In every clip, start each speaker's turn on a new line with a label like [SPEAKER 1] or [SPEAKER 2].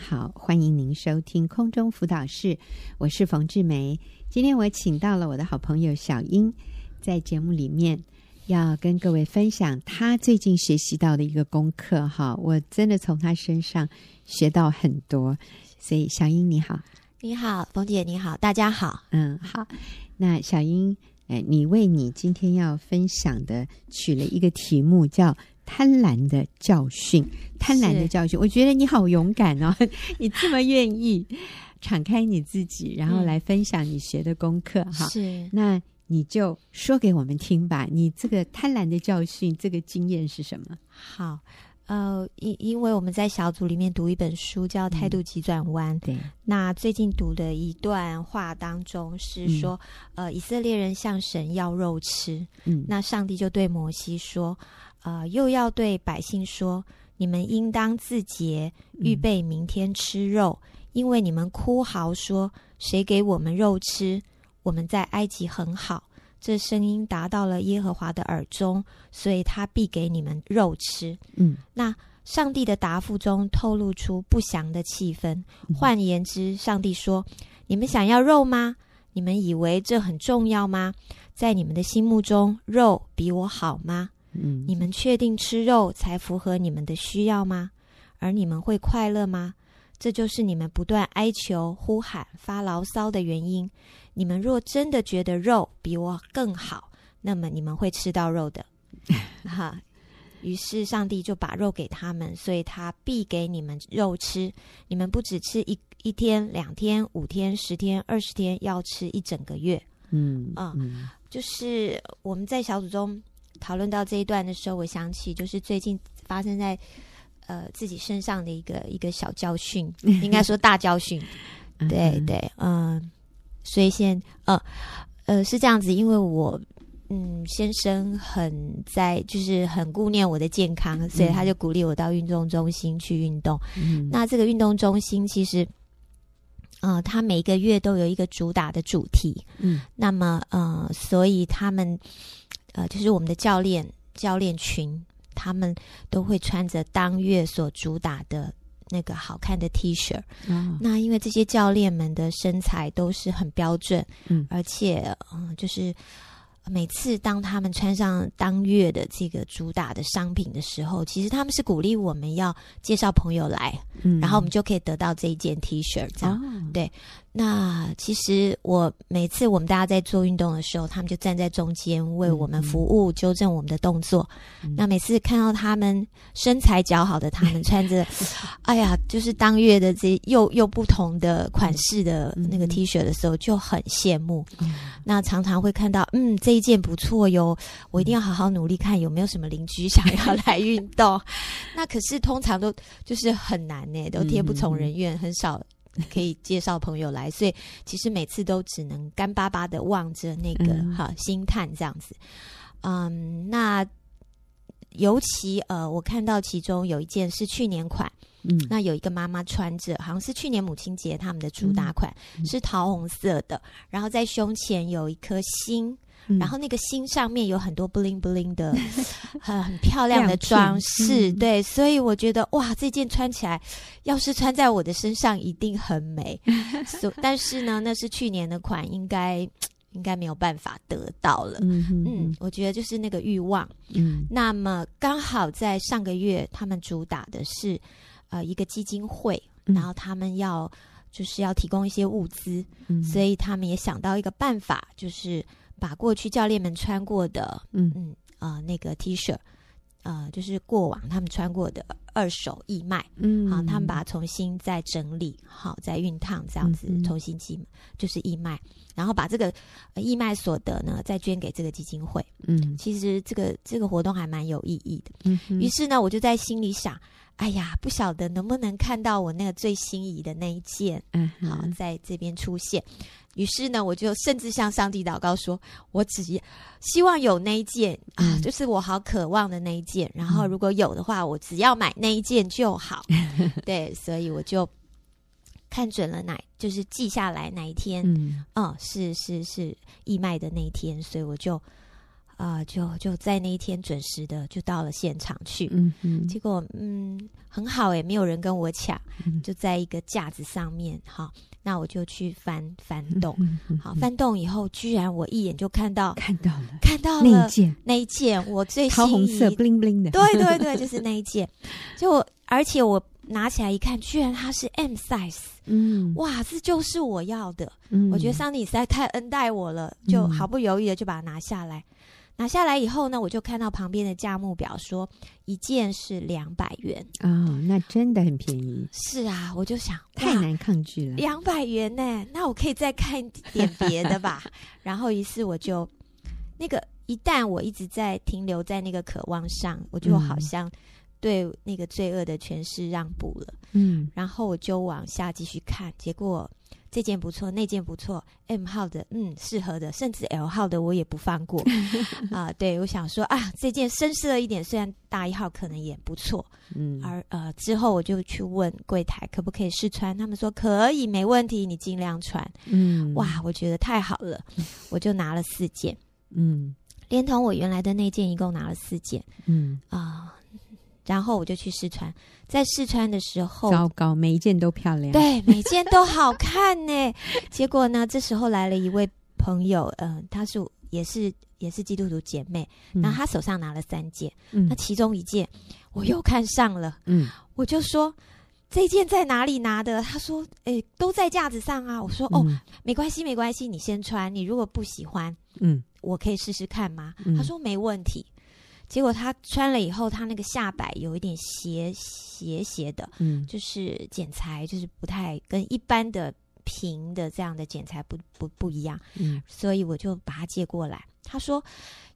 [SPEAKER 1] 好，欢迎您收听空中辅导室，我是冯志梅。今天我请到了我的好朋友小英，在节目里面要跟各位分享她最近学习到的一个功课哈，我真的从她身上学到很多。所以，小英你好，
[SPEAKER 2] 你好，冯姐你好，大家好。
[SPEAKER 1] 嗯，好。那小英，哎，你为你今天要分享的取了一个题目叫“贪婪的教训”。贪婪的教训，我觉得你好勇敢哦， 你这么愿意敞开你自己，然后来分享你学的功课哈。
[SPEAKER 2] 是，
[SPEAKER 1] 那你就说给我们听吧，你这个贪婪的教训，这个经验是什么？
[SPEAKER 2] 好，呃，因因为我们在小组里面读一本书叫《态度急转弯》，
[SPEAKER 1] 对，
[SPEAKER 2] 那最近读的一段话当中是说，呃，以色列人向神要肉吃，
[SPEAKER 1] 嗯，
[SPEAKER 2] 那上帝就对摩西说，呃，又要对百姓说，你们应当自洁，
[SPEAKER 1] 嗯
[SPEAKER 2] 预备明天吃肉，因为你们哭嚎说，谁给我们肉吃？我们在埃及很好。这声音达到了耶和华的耳中，所以他必给你们肉吃。
[SPEAKER 1] 嗯
[SPEAKER 2] 上帝的答复中透露出不祥的气氛。换言之，上帝说：“你们想要肉吗？你们以为这很重要吗？在你们的心目中，肉比我好吗？
[SPEAKER 1] 嗯
[SPEAKER 2] 你们确定吃肉才符合你们的需要吗？而你们会快乐吗？这就是你们不断哀求、呼喊、发牢骚的原因。你们若真的觉得肉比我更好，那么你们会吃到肉的。哈，于是上帝就把肉给他们，所以他必给你们肉吃。你们不只吃一一天、两天、五天、十天、二十天，要吃一整个月。
[SPEAKER 1] 嗯
[SPEAKER 2] 啊
[SPEAKER 1] 嗯
[SPEAKER 2] 就是我们在小组中讨论到这一段的时候，我想起就是最近发生在呃自己身上的一个一个小教训，应该说大教训。
[SPEAKER 1] 嗯
[SPEAKER 2] 对
[SPEAKER 1] 嗯
[SPEAKER 2] 对，嗯、所以现呃呃是这样子，因为我嗯先生很在就是很顾念我的健康，所以他就鼓励我到运动中心去运动。
[SPEAKER 1] 嗯
[SPEAKER 2] 那这个运动中心其实。呃，它每个月都有一个主打的主题，
[SPEAKER 1] 嗯
[SPEAKER 2] 那么，呃，所以他们，呃，就是我们的教练教练群，他们都会穿着当月所主打的那个好看的 T 恤。
[SPEAKER 1] 哦
[SPEAKER 2] 那因为这些教练们的身材都是很标准，
[SPEAKER 1] 嗯
[SPEAKER 2] 而且，嗯、就是。每次当他们穿上当月的这个主打的商品的时候，其实他们是鼓励我们要介绍朋友来，
[SPEAKER 1] 嗯
[SPEAKER 2] 然后我们就可以得到这一件 T 恤，这样。
[SPEAKER 1] 哦
[SPEAKER 2] 对那其实我每次我们大家在做运动的时候，他们就站在中间为我们服务，纠正我们的动作。
[SPEAKER 1] 嗯
[SPEAKER 2] 那每次看到他们身材姣好的，他们穿着，哎呀，就是当月的这又又不同的款式的那个
[SPEAKER 1] 嗯
[SPEAKER 2] T 恤的时候，就很羡慕。
[SPEAKER 1] 嗯
[SPEAKER 2] 那常常会看到，嗯，这一件不错哟，
[SPEAKER 1] 嗯
[SPEAKER 2] 我一定要好好努力看有没有什么邻居想要来运 动。那可是通常都就是很难
[SPEAKER 1] 嗯
[SPEAKER 2] 呢、都贴不从人愿，很少可以介绍朋友来，所以其实每次都只能干巴巴的望着那个
[SPEAKER 1] 嗯
[SPEAKER 2] 哈、星探这样子。嗯，那尤其呃，我看到其中有一件是去年款，
[SPEAKER 1] 嗯
[SPEAKER 2] 那有一个妈妈穿着，好像是去年母亲节他们的主打款、
[SPEAKER 1] 嗯
[SPEAKER 2] 是桃红色的，然后在胸前有一颗心，
[SPEAKER 1] 嗯
[SPEAKER 2] 然后那个心上面有很多 bling bling 的，很很漂亮的
[SPEAKER 1] 亮片
[SPEAKER 2] 装饰，
[SPEAKER 1] 嗯
[SPEAKER 2] 对，所以我觉得哇，这件穿起来，要是穿在我的身上一定很 美。所、但是呢，那是去年的款，应该应该没有办法得到了。
[SPEAKER 1] 嗯
[SPEAKER 2] 嗯
[SPEAKER 1] 嗯，
[SPEAKER 2] 我觉得就是那个欲望。
[SPEAKER 1] 嗯
[SPEAKER 2] 那么刚好在上个月，他们主打的是呃一个基金会，
[SPEAKER 1] 嗯
[SPEAKER 2] 然后他们要就是要提供一些物资，
[SPEAKER 1] 嗯，
[SPEAKER 2] 所以他们也想到一个办法，就是把过去教练们穿过的，
[SPEAKER 1] 嗯
[SPEAKER 2] 嗯呃那个 T 恤，呃就是过往他们穿过的二手义卖，
[SPEAKER 1] 嗯
[SPEAKER 2] 好，他们把它重新再整理，好再熨烫这样子
[SPEAKER 1] 嗯，哼
[SPEAKER 2] 重新寄就是义卖，然后把这个呃义卖所得呢再捐给这个基金会。
[SPEAKER 1] 嗯
[SPEAKER 2] 其实这个这个活动还蛮有意义的。
[SPEAKER 1] 嗯哼
[SPEAKER 2] 于是呢，我就在心里想，哎呀，不晓得能不能看到我那个最心仪的那一件，
[SPEAKER 1] 嗯
[SPEAKER 2] 好，啊在这边出现。于是呢，我就甚至向上帝祷告说：“我只希望有那一件啊，
[SPEAKER 1] 嗯
[SPEAKER 2] 就是我好渴望的那一件。然后
[SPEAKER 1] 嗯
[SPEAKER 2] 如果有的话，我只要买那一件 就好。对，所以我就看准了哪，就是记下来哪一天，哦
[SPEAKER 1] 嗯
[SPEAKER 2] 嗯，是是是义卖的那一天，所以我就啊、就就在那一天准时的就到了现场去。
[SPEAKER 1] 嗯哼，
[SPEAKER 2] 结果嗯很好诶，没有人跟我抢，
[SPEAKER 1] 嗯
[SPEAKER 2] 就在一个架子上面哈。那我就去翻翻动，
[SPEAKER 1] 嗯哼
[SPEAKER 2] 好
[SPEAKER 1] 嗯
[SPEAKER 2] 翻动以后，居然我一眼就看 到
[SPEAKER 1] 看到了
[SPEAKER 2] 看到
[SPEAKER 1] 那
[SPEAKER 2] 了
[SPEAKER 1] 一件
[SPEAKER 2] 那一件我最
[SPEAKER 1] 桃红色
[SPEAKER 2] 心仪
[SPEAKER 1] bling bling 的，
[SPEAKER 2] 对对对，就是那一件。就我而且我拿起来一看，居然它是 M size，
[SPEAKER 1] 嗯，
[SPEAKER 2] 哇，这就是我要的。
[SPEAKER 1] 嗯
[SPEAKER 2] 我觉得桑尼实在太恩待我了，就毫不犹豫的就把它拿下来。拿下来以后呢，我就看到旁边的价目表说一件是两百元。
[SPEAKER 1] 哦，那真的很便宜，
[SPEAKER 2] 是啊，我就想
[SPEAKER 1] 太。难抗拒了。
[SPEAKER 2] 两百元呢，那我可以再看一点别 的吧。然后于是我就那个，一旦我一直在停留在那个渴望上，我就
[SPEAKER 1] 嗯
[SPEAKER 2] 好像对那个罪恶的诠释让步了。
[SPEAKER 1] 嗯
[SPEAKER 2] 然后我就往下继续看，结果这件不错，那件不错，M 号的，嗯，适合的，甚至 L 号的我也不 放过啊、对我想说啊，这件深色一点，虽然大一号可能也不错，
[SPEAKER 1] 嗯，
[SPEAKER 2] 而呃之后我就去问柜台可不可以试穿，他们说可以，没问题，你尽量穿。
[SPEAKER 1] 嗯，
[SPEAKER 2] 哇，我觉得太好了，我就拿了四件，
[SPEAKER 1] 嗯
[SPEAKER 2] 连同我原来的那件一共拿了四件
[SPEAKER 1] 嗯，
[SPEAKER 2] 啊、然后我就去试穿，在试穿的时候，
[SPEAKER 1] 糟糕，每一件都漂亮。，
[SPEAKER 2] 对，每件都好看呢。结果呢，这时候来了一位朋友，嗯、她是也是也是基督徒姐妹，那她手上拿了三件，
[SPEAKER 1] 嗯
[SPEAKER 2] 那其中一件我又看上了，
[SPEAKER 1] 嗯
[SPEAKER 2] 我就说。这件在哪里拿的？她说：“诶、都在架子上啊。”我说：“哦，
[SPEAKER 1] 嗯
[SPEAKER 2] 没关系，没关系，你先穿。你如果不喜欢，
[SPEAKER 1] 嗯
[SPEAKER 2] 我可以试试看吗？”
[SPEAKER 1] 嗯
[SPEAKER 2] 她说：“没问题。”结果她穿了以后，她那个下摆有一点斜斜斜的，
[SPEAKER 1] 嗯
[SPEAKER 2] 就是剪裁，就是不太跟一般的平的这样的剪裁不不不一样，
[SPEAKER 1] 嗯
[SPEAKER 2] 所以我就把它借过来。他说：“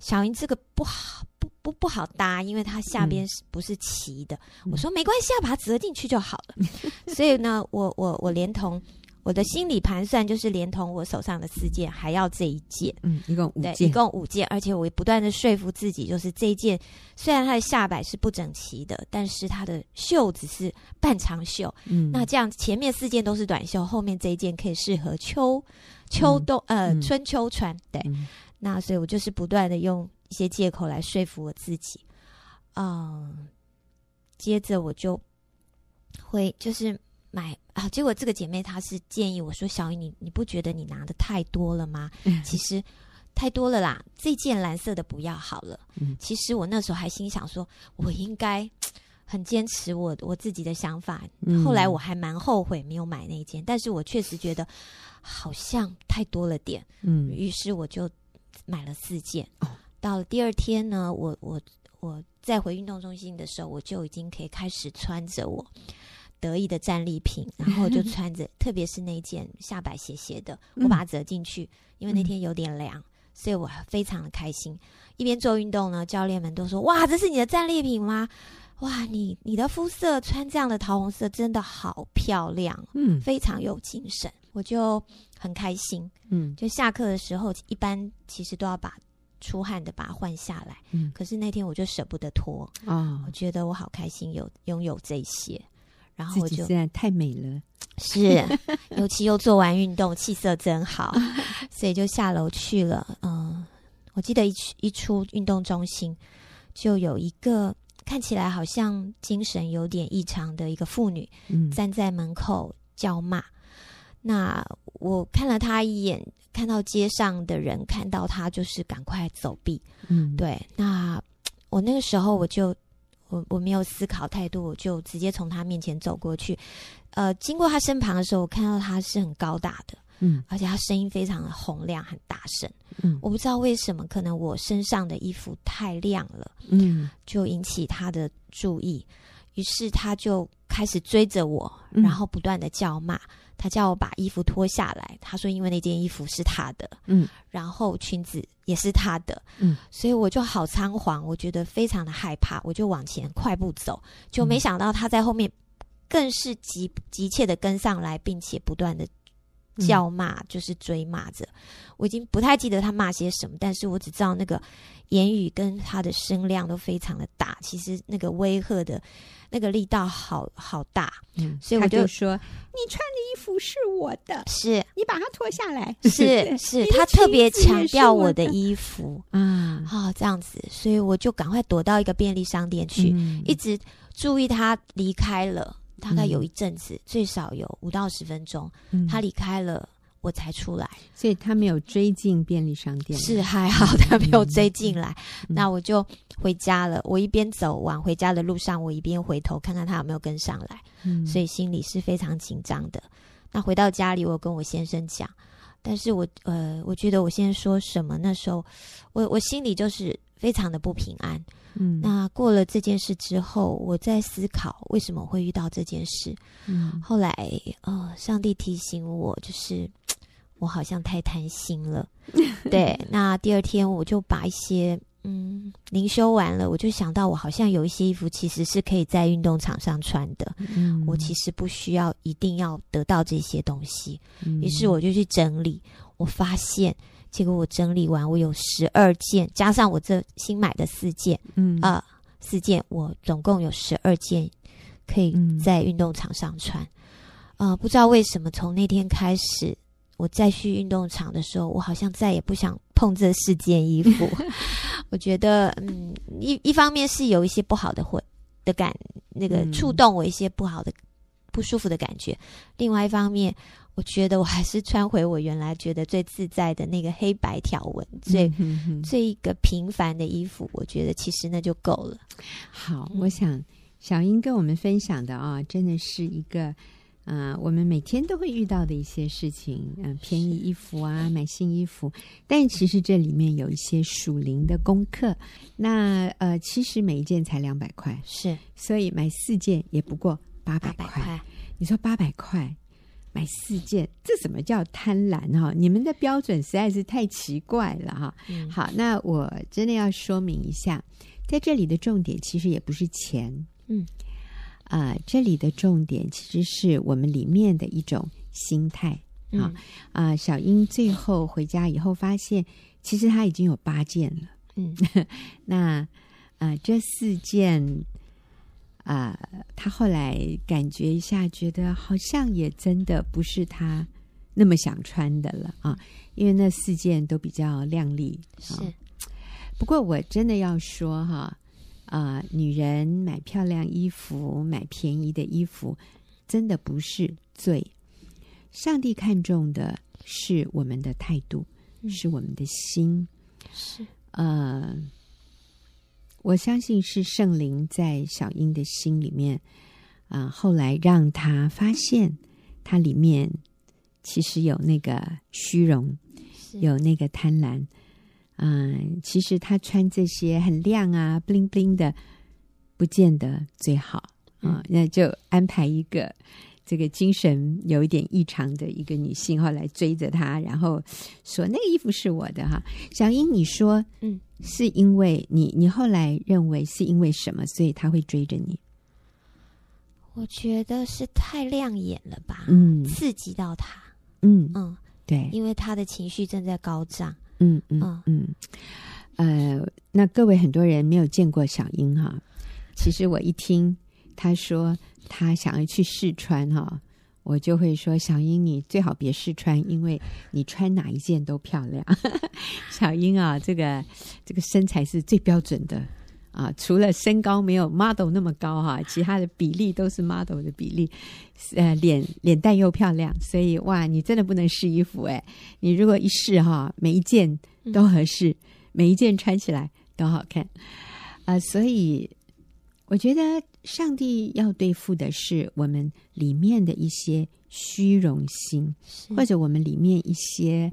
[SPEAKER 2] 小英这个不好，不不不好搭，因为它下边是不是齐的。
[SPEAKER 1] 嗯
[SPEAKER 2] 我说：“没关系啊，把它折进去就好 了。”所以呢，我我我连同我的心理盘算，就是连同我手上的四件，还要这一件。
[SPEAKER 1] 嗯，一共五
[SPEAKER 2] 对，一
[SPEAKER 1] 件。
[SPEAKER 2] 共五件，而且我不断的说服自己，就是这一件虽然它的下摆是不整齐的，但是它的袖子是半长袖，
[SPEAKER 1] 嗯，
[SPEAKER 2] 那这样前面四件都是短袖，后面这一件可以适合秋秋冬、
[SPEAKER 1] 嗯
[SPEAKER 2] 呃春秋穿。对，
[SPEAKER 1] 嗯
[SPEAKER 2] 那所以我就是不断的用一些借口来说服我自己，嗯，接着我就会就是买啊，结果这个姐妹她是建议我说：“小姨，你你不觉得你拿的太多了吗？
[SPEAKER 1] 嗯
[SPEAKER 2] 其实太多了啦，这件蓝色的不要好了。
[SPEAKER 1] 嗯
[SPEAKER 2] 其实我那时候还心想说，我应该很坚持我我自己的想法。
[SPEAKER 1] 嗯
[SPEAKER 2] 后来我还蛮后悔没有买那一件，但是我确实觉得好像太多了点，
[SPEAKER 1] 嗯
[SPEAKER 2] 于是我就买了四件。
[SPEAKER 1] 哦
[SPEAKER 2] 到了第二天呢，我我我再回运动中心的时候，我就已经可以开始穿着我。得意的战利品，然后 就穿着，特别是那一件下摆斜斜的，
[SPEAKER 1] 嗯
[SPEAKER 2] 我把它折进去，因为那天有点凉，所以我非常的开心。一边做运动呢，教练们都说：“哇，这是你的战利品吗？哇，你你的肤色穿这样的桃红色真的好漂亮，
[SPEAKER 1] 嗯
[SPEAKER 2] 非常有精神。”我就很开心。
[SPEAKER 1] 嗯
[SPEAKER 2] 就下课的时候，一般其实都要把出汗的把它换下来，
[SPEAKER 1] 嗯
[SPEAKER 2] 可是那天我就舍不得脱，
[SPEAKER 1] 哦
[SPEAKER 2] 我，觉得我好开心有拥有这些，然后
[SPEAKER 1] 自
[SPEAKER 2] 我
[SPEAKER 1] 己
[SPEAKER 2] 就
[SPEAKER 1] 实在太美了。
[SPEAKER 2] 是， 尤其又做完运动，气色 真好，所以就下楼去了。嗯，我记得一出一出运动中心，就有一个看起来好像精神有点异常的一个妇女
[SPEAKER 1] 嗯
[SPEAKER 2] 站在门口叫骂。那我看了她一眼，看到街上的人看到她，就是赶快走避。
[SPEAKER 1] 嗯，
[SPEAKER 2] 对，那我那个时候我就我我没有思考太多，我就直接从他面前走过去。呃，经过他身旁的时候，我看到他是很高大的，
[SPEAKER 1] 嗯
[SPEAKER 2] 而且他声音非常的洪亮，很大声。
[SPEAKER 1] 嗯
[SPEAKER 2] 我不知道为什么，可能我身上的衣服太亮了，
[SPEAKER 1] 嗯，
[SPEAKER 2] 就引起他的注意。于是他就开始追着我，
[SPEAKER 1] 嗯
[SPEAKER 2] 然后不断的叫骂。他叫我把衣服脱下来，他说因为那件衣服是他的，
[SPEAKER 1] 嗯，
[SPEAKER 2] 然后裙子也是他的，
[SPEAKER 1] 嗯，
[SPEAKER 2] 所以我就好仓皇，我觉得非常的害怕，我就往前快步走，就
[SPEAKER 1] 嗯
[SPEAKER 2] 没想到他在后面更是急急切的跟上来，并且不断的
[SPEAKER 1] 嗯
[SPEAKER 2] 叫骂，就是追骂着。我已经不太记得他骂些什么，但是我只知道那个言语跟他的声量都非常的大，其实那个威吓的那个力道好好大，
[SPEAKER 1] 嗯
[SPEAKER 2] 所以我
[SPEAKER 1] 他就
[SPEAKER 2] 就
[SPEAKER 1] 说：“你穿的衣服是我的，
[SPEAKER 2] 是
[SPEAKER 1] 你把它脱下来。
[SPEAKER 2] 是是，
[SPEAKER 1] 你的
[SPEAKER 2] 他特别
[SPEAKER 1] 裙子也
[SPEAKER 2] 强
[SPEAKER 1] 是
[SPEAKER 2] 调
[SPEAKER 1] 我
[SPEAKER 2] 我的
[SPEAKER 1] 的
[SPEAKER 2] 衣服
[SPEAKER 1] 啊，
[SPEAKER 2] 啊、这样子，所以我就赶快躲到一个便利商店去，
[SPEAKER 1] 嗯
[SPEAKER 2] 一直注意他离开了，大概
[SPEAKER 1] 嗯
[SPEAKER 2] 有一阵子，最少有五到十分钟，
[SPEAKER 1] 嗯
[SPEAKER 2] 他离开了。我才出来，
[SPEAKER 1] 所以他没有追进便利商店，
[SPEAKER 2] 是还好他没有追进来。
[SPEAKER 1] 嗯
[SPEAKER 2] 那我就回家了。我一边走往回家的路上，我一边回头看看他有没有跟上来，
[SPEAKER 1] 嗯，
[SPEAKER 2] 所以心里是非常紧张的。那回到家里，我有跟我先生讲，但是我呃，我觉得我先生说什么，那时候我我心里就是非常的不平安。
[SPEAKER 1] 嗯
[SPEAKER 2] 那过了这件事之后，我在思考为什么会遇到这件事。
[SPEAKER 1] 嗯
[SPEAKER 2] 后来，呃，上帝提醒我，就是我好像太贪心了。对，那第二天我就把一些嗯灵修完了，我就想到我好像有一些衣服其实是可以在运动场上穿的，
[SPEAKER 1] 嗯
[SPEAKER 2] 我其实不需要一定要得到这些东西，
[SPEAKER 1] 嗯
[SPEAKER 2] 于是我就去整理，我发现。结果我整理完，我有十二件，加上我这新买的四件，
[SPEAKER 1] 嗯
[SPEAKER 2] 啊、四件，我总共有十二件可以
[SPEAKER 1] 嗯
[SPEAKER 2] 在运动场上穿。呃，不知道为什么，从那天开始，我再去运动场的时候，我好像再也不想碰这四件衣 服。我觉得，嗯，一一方面是有一些不好的会的感，那个
[SPEAKER 1] 嗯
[SPEAKER 2] 触动我一些不好的、不舒服的感觉；，另外一方面，我觉得我还是穿回我原来觉得最自在的那个黑白条纹，最
[SPEAKER 1] 嗯哼哼
[SPEAKER 2] 这一个平凡的衣服，我觉得其实那就够了。
[SPEAKER 1] 好，
[SPEAKER 2] 嗯
[SPEAKER 1] 我想小英跟我们分享的啊、真的是一个。啊、我们每天都会遇到的一些事情，嗯、便宜衣服啊，买新衣服，但其实这里面有一些属灵的功课。那呃，其实每一件才两百块，
[SPEAKER 2] 是
[SPEAKER 1] 所以买四件也不过八
[SPEAKER 2] 八
[SPEAKER 1] 百
[SPEAKER 2] 百
[SPEAKER 1] 块。
[SPEAKER 2] 块，
[SPEAKER 1] 你说八百块买四件，这怎么叫贪婪哈、你们的标准实在是太奇怪了哈、
[SPEAKER 2] 嗯，
[SPEAKER 1] 好，那我真的要说明一下，在这里的重点其实也不是钱，
[SPEAKER 2] 嗯，
[SPEAKER 1] 啊、这里的重点其实是我们里面的一种心态
[SPEAKER 2] 嗯
[SPEAKER 1] 好啊、小英最后回家以后发现，其实她已经有八件了，
[SPEAKER 2] 嗯，
[SPEAKER 1] 那啊、这四件。啊、她后来感觉一下，觉得好像也真的不是她那么想穿的了啊，因为那四件都比较靓丽，
[SPEAKER 2] 是
[SPEAKER 1] 啊不过我真的要说哈，啊、女人买漂亮衣服、买便宜的衣服，真的不是罪。上帝看重的是我们的态度，
[SPEAKER 2] 嗯
[SPEAKER 1] 是我们的心。
[SPEAKER 2] 是，
[SPEAKER 1] 呃，我相信是圣灵在小英的心里面啊、后来让她发现，她里面其实有那个虚荣，
[SPEAKER 2] 是
[SPEAKER 1] 有那个贪婪。嗯，其实她穿这些很亮啊、bling bling 的，不见得最好啊、
[SPEAKER 2] 嗯
[SPEAKER 1] 那就安排一个这个精神有一点异常的一个女性，后来追着她，然后说那个衣服是我的哈。小英，你说，
[SPEAKER 2] 嗯，
[SPEAKER 1] 是因为你你后来认为是因为什么，所以她会追着你？
[SPEAKER 2] 我觉得是太亮眼了吧，
[SPEAKER 1] 嗯
[SPEAKER 2] 刺激到他，
[SPEAKER 1] 嗯，
[SPEAKER 2] 嗯，
[SPEAKER 1] 对，
[SPEAKER 2] 因为他的情绪正在高涨，
[SPEAKER 1] 嗯嗯
[SPEAKER 2] 嗯
[SPEAKER 1] 嗯，呃，那各位很多人没有见过小英哈，其实我一听她说她想要去试穿哈，我就会说小英你最好别试穿，因为你穿哪一件都漂亮。 小英啊，这个这个身材是最标准的。啊，除了身高没有 model 那么高哈、其他的比例都是 model 的比例，呃，脸脸蛋又漂亮，所以哇，你真的不能试衣服哎、你如果一试哈，每一件都合适，每一件穿起来都好看啊、所以我觉得上帝要对付的是我们里面的一些虚荣心，
[SPEAKER 2] 是
[SPEAKER 1] 或者我们里面一些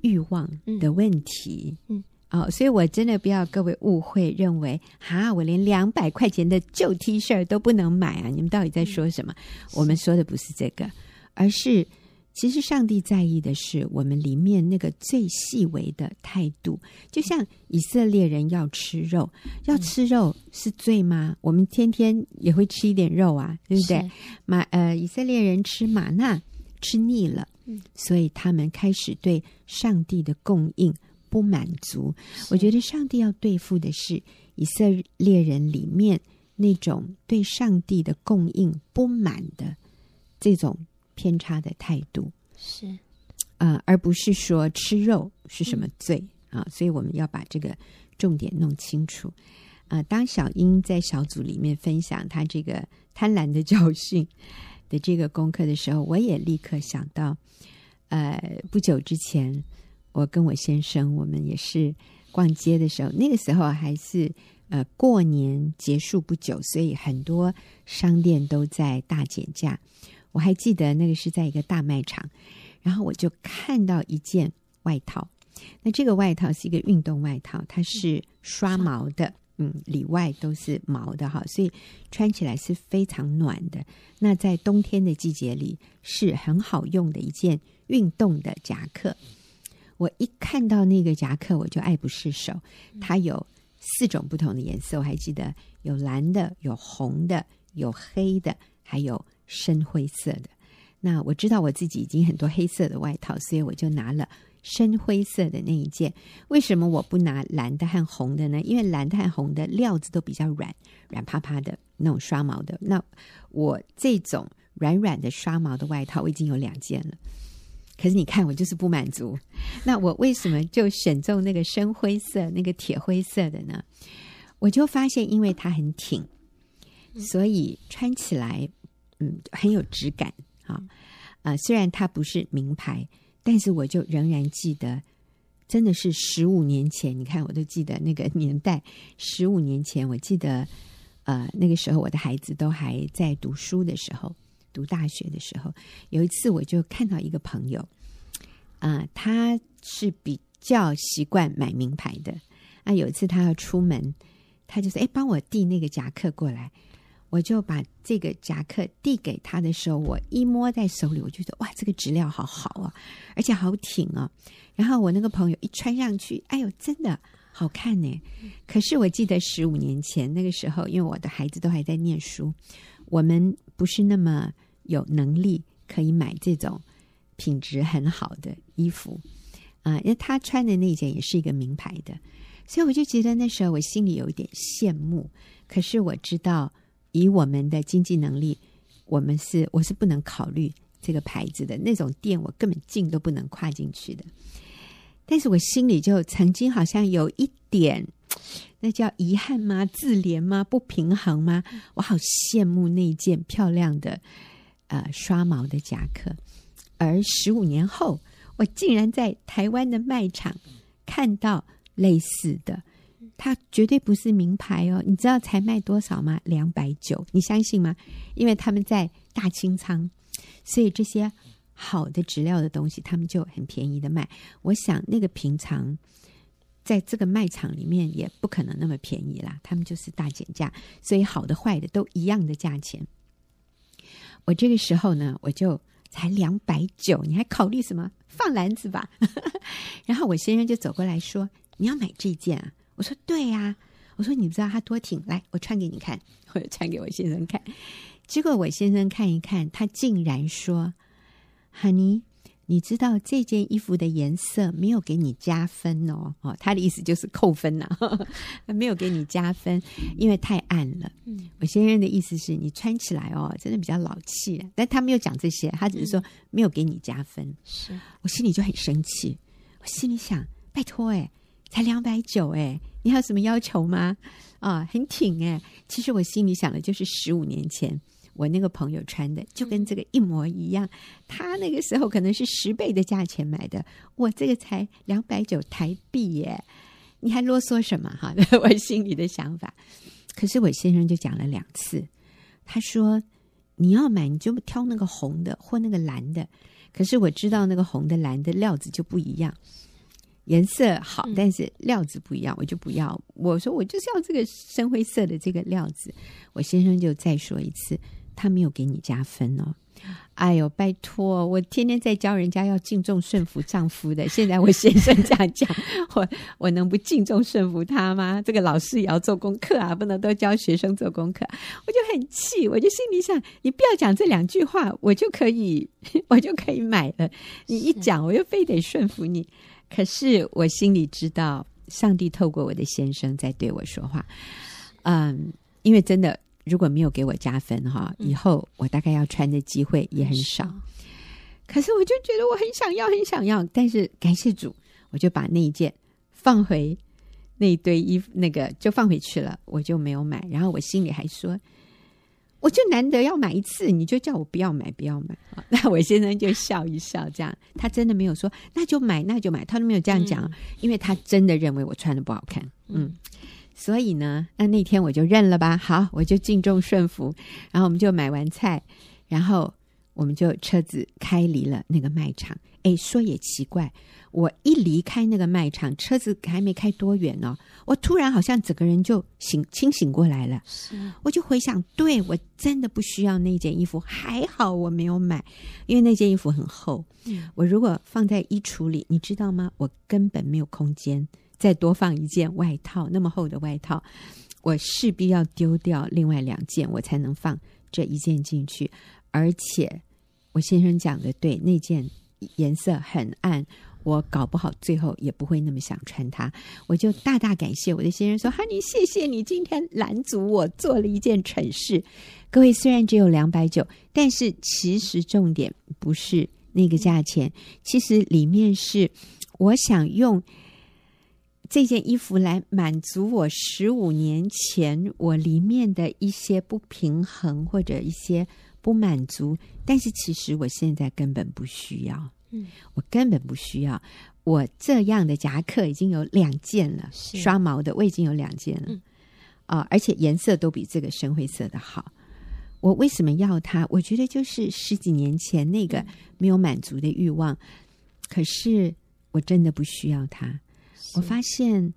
[SPEAKER 1] 欲望的问题。
[SPEAKER 2] 嗯嗯
[SPEAKER 1] 哦，所以我真的不要各位误会，认为哈，我连两百块钱的旧 T 恤都不能买啊！你们到底在说什么？
[SPEAKER 2] 嗯
[SPEAKER 1] 我们说的不是这个，而是其实上帝在意的是我们里面那个最细微的态度。就像以色列人要吃肉，要吃肉是罪吗？我们天天
[SPEAKER 2] 嗯
[SPEAKER 1] 也会吃一点肉啊，对不对？
[SPEAKER 2] 是
[SPEAKER 1] 马呃，以色列人吃玛纳吃腻了，
[SPEAKER 2] 嗯
[SPEAKER 1] 所以他们开始对上帝的供应不满足。我觉
[SPEAKER 2] 得
[SPEAKER 1] 得上帝要对付的是以色列人里面那种对上帝的供应不满的这种偏差的态度。
[SPEAKER 2] 是
[SPEAKER 1] 啊，而不是说吃肉是什么罪、啊。所以我们要把这个重点弄清楚啊、当小英在小组里面分享她这个贪婪的教训的这个功课的时候，我也立刻想到，呃，不久之前我跟我先生，我们也是逛街的时候，那个时候还是。呃，过年结束不久，所以很多商店都在大减价。我还记得那个是在一个大卖场，然后我就看到一件外套，那这个外套是一个运动外套，它是刷毛的，嗯，里外都是毛的哈，所以穿起来是非常暖的。那在冬天的季节里是很好用的一件运动的夹克。我一看到那个夹克，我就爱不释手。它有四种不同的颜色，我还记得有蓝的、有红的、有黑的，还有深灰色的。那我知道我自己已经很多黑色的外套，所以我就拿了深灰色的那一件。为什么我不拿蓝的和红的呢？因为蓝的和红的料子都比较软，软趴趴的那种刷毛的。那我这种软软的刷毛的外套，我已经有两件了。可是你看，我就是不满足。那我为什么就选中那个深灰色、那个铁灰色的呢？我就发现，因为它很挺，所以穿起来嗯很有质感啊啊、虽然它不是名牌，但是我就仍然记得，真的是十五年前，你看我都记得那个年代，十五年前，我记得呃那个时候我的孩子都还在读书的时候，读大学的时候，有一次我就看到一个朋友，啊、他是比较习惯买名牌的，啊，有一次他要出门，他就说：“哎，帮我递那个夹克过来。”我就把这个夹克递给他的时候，我一摸在手里，我就觉得哇，这个质量好好啊，而且好挺啊。然后我那个朋友一穿上去，哎呦，真的好看呢。可是我记得十五年前那个时候，因为我的孩子都还在念书，我们不是那么有能力可以买这种品质很好的衣服啊、因为他穿的那件也是一个名牌的，所以我就觉得那时候我心里有一点羡慕。可是我知道，以我们的经济能力，我们是我是不能考虑这个牌子的那种店，我根本进都不能跨进去的。但是我心里就曾经好像有一点，那叫遗憾吗？自怜吗？不平衡吗？我好羡慕那一件漂亮的呃刷毛的夹克。而十五年后，我竟然在台湾的卖场看到类似的，它绝对不是名牌哦。你知道才卖多少吗？两百九，你相信吗？因为他们在大清仓，所以这些好的质量的东西，他们就很便宜的卖。我想那个平常。在这个卖场里面也不可能那么便宜啦，他们就是大减价，所以好的坏的都一样的价钱。我这个时候呢，我就才两百九，你还考虑什么？放篮子吧。 然后我先生就走过来说：“你要买这件啊？”我说：“对呀、我说：“你不知道它多挺，来，我穿给你看。”我就穿给我先生看，结果我先生看一看，他竟然说：“Honey，你知道这件衣服的颜色没有给你加分哦，哦，他的意思就是扣分呐、 没有给你加分，因为太暗了。”
[SPEAKER 2] 嗯
[SPEAKER 1] 我先生的意思是你穿起来哦，真的比较老气了，但他没有讲这些，他只是说没有给你加分。
[SPEAKER 2] 是
[SPEAKER 1] 我心里就很生气，我心里想，拜托哎、才两百九哎，你还有什么要求吗？啊，很挺哎、其实我心里想的就是十五年前我那个朋友穿的，就跟这个一模一样。他那个时候可能是十倍的价钱买的，我这个才两百九台币耶、你还啰嗦什么哈？ 我心里的想法。可是我先生就讲了两次，他说你要买你就挑那个红的或那个蓝的，可是我知道那个红的、蓝的料子就不一样，颜色好，但是料子不一样，我就不要。我说我就是要这个深灰色的这个料子。我先生就再说一次，他没有给你加分哦。哎呦，拜托！我天天在教人家要敬重顺服丈夫的，现在我先生这样讲，我 我能不敬重顺服他吗？这个老师也要做功课啊，不能都教学生做功课。我就很气，我就心里想，你不要讲这两句话，我就可以， 我就可以买了。你一讲，我又非得顺服你。可是我心里知道，上帝透过我的先生在对我说话。嗯，因为真的。如果没有给我加分哈，以后我大概要穿的机会也很少。
[SPEAKER 2] 嗯
[SPEAKER 1] 可是我就觉得我很想要，很想要。但是感谢主，我就把那一件放回那一堆衣服，那个就放回去了，我就没有买。然后我心里还说，我就难得要买一次，你就叫我不要买，不要买。啊那我先生就笑一笑，这样他真的没有说那就买，那就买，他都没有这样讲，因为他真的认为我穿的不好看。嗯。所以呢，那那天我就认了吧，好，我就敬重顺服，然后我们就买完菜，然后我们就车子开离了那个卖场。哎，说也奇怪，我一离开那个卖场，车子还没开多远哦，我突然好像整个人就醒清醒过来了。
[SPEAKER 2] 是
[SPEAKER 1] 我就回想，对我真的不需要那件衣服，还好我没有买，因为那件衣服很厚，
[SPEAKER 2] 嗯
[SPEAKER 1] 我如果放在衣橱里，你知道吗？我根本没有空间再多放一件外套，那么厚的外套，我势必要丢掉另外两件，我才能放这一件进去。而且我先生讲的对，那件颜色很暗。我搞不好最后也不会那么想穿它，我就大大感谢我的先生说：“哈尼，谢谢你今天拦阻我做了一件蠢事。”各位虽然只有两百九，但是其实重点不是那个价钱，其实里面是我想用这件衣服来满足我十五年前我里面的一些不平衡或者一些不满足，但是其实我现在根本不需要，
[SPEAKER 2] 嗯，
[SPEAKER 1] 我根本不需要。我这样的夹克已经有两件了，
[SPEAKER 2] 是
[SPEAKER 1] 刷毛的我已经有两件了，
[SPEAKER 2] 嗯
[SPEAKER 1] 啊、而且颜色都比这个深灰色的好。我为什么要它？我觉得就是十几年前那
[SPEAKER 2] 嗯
[SPEAKER 1] 个没有满足的欲望，可是我真的不需要它。我发现，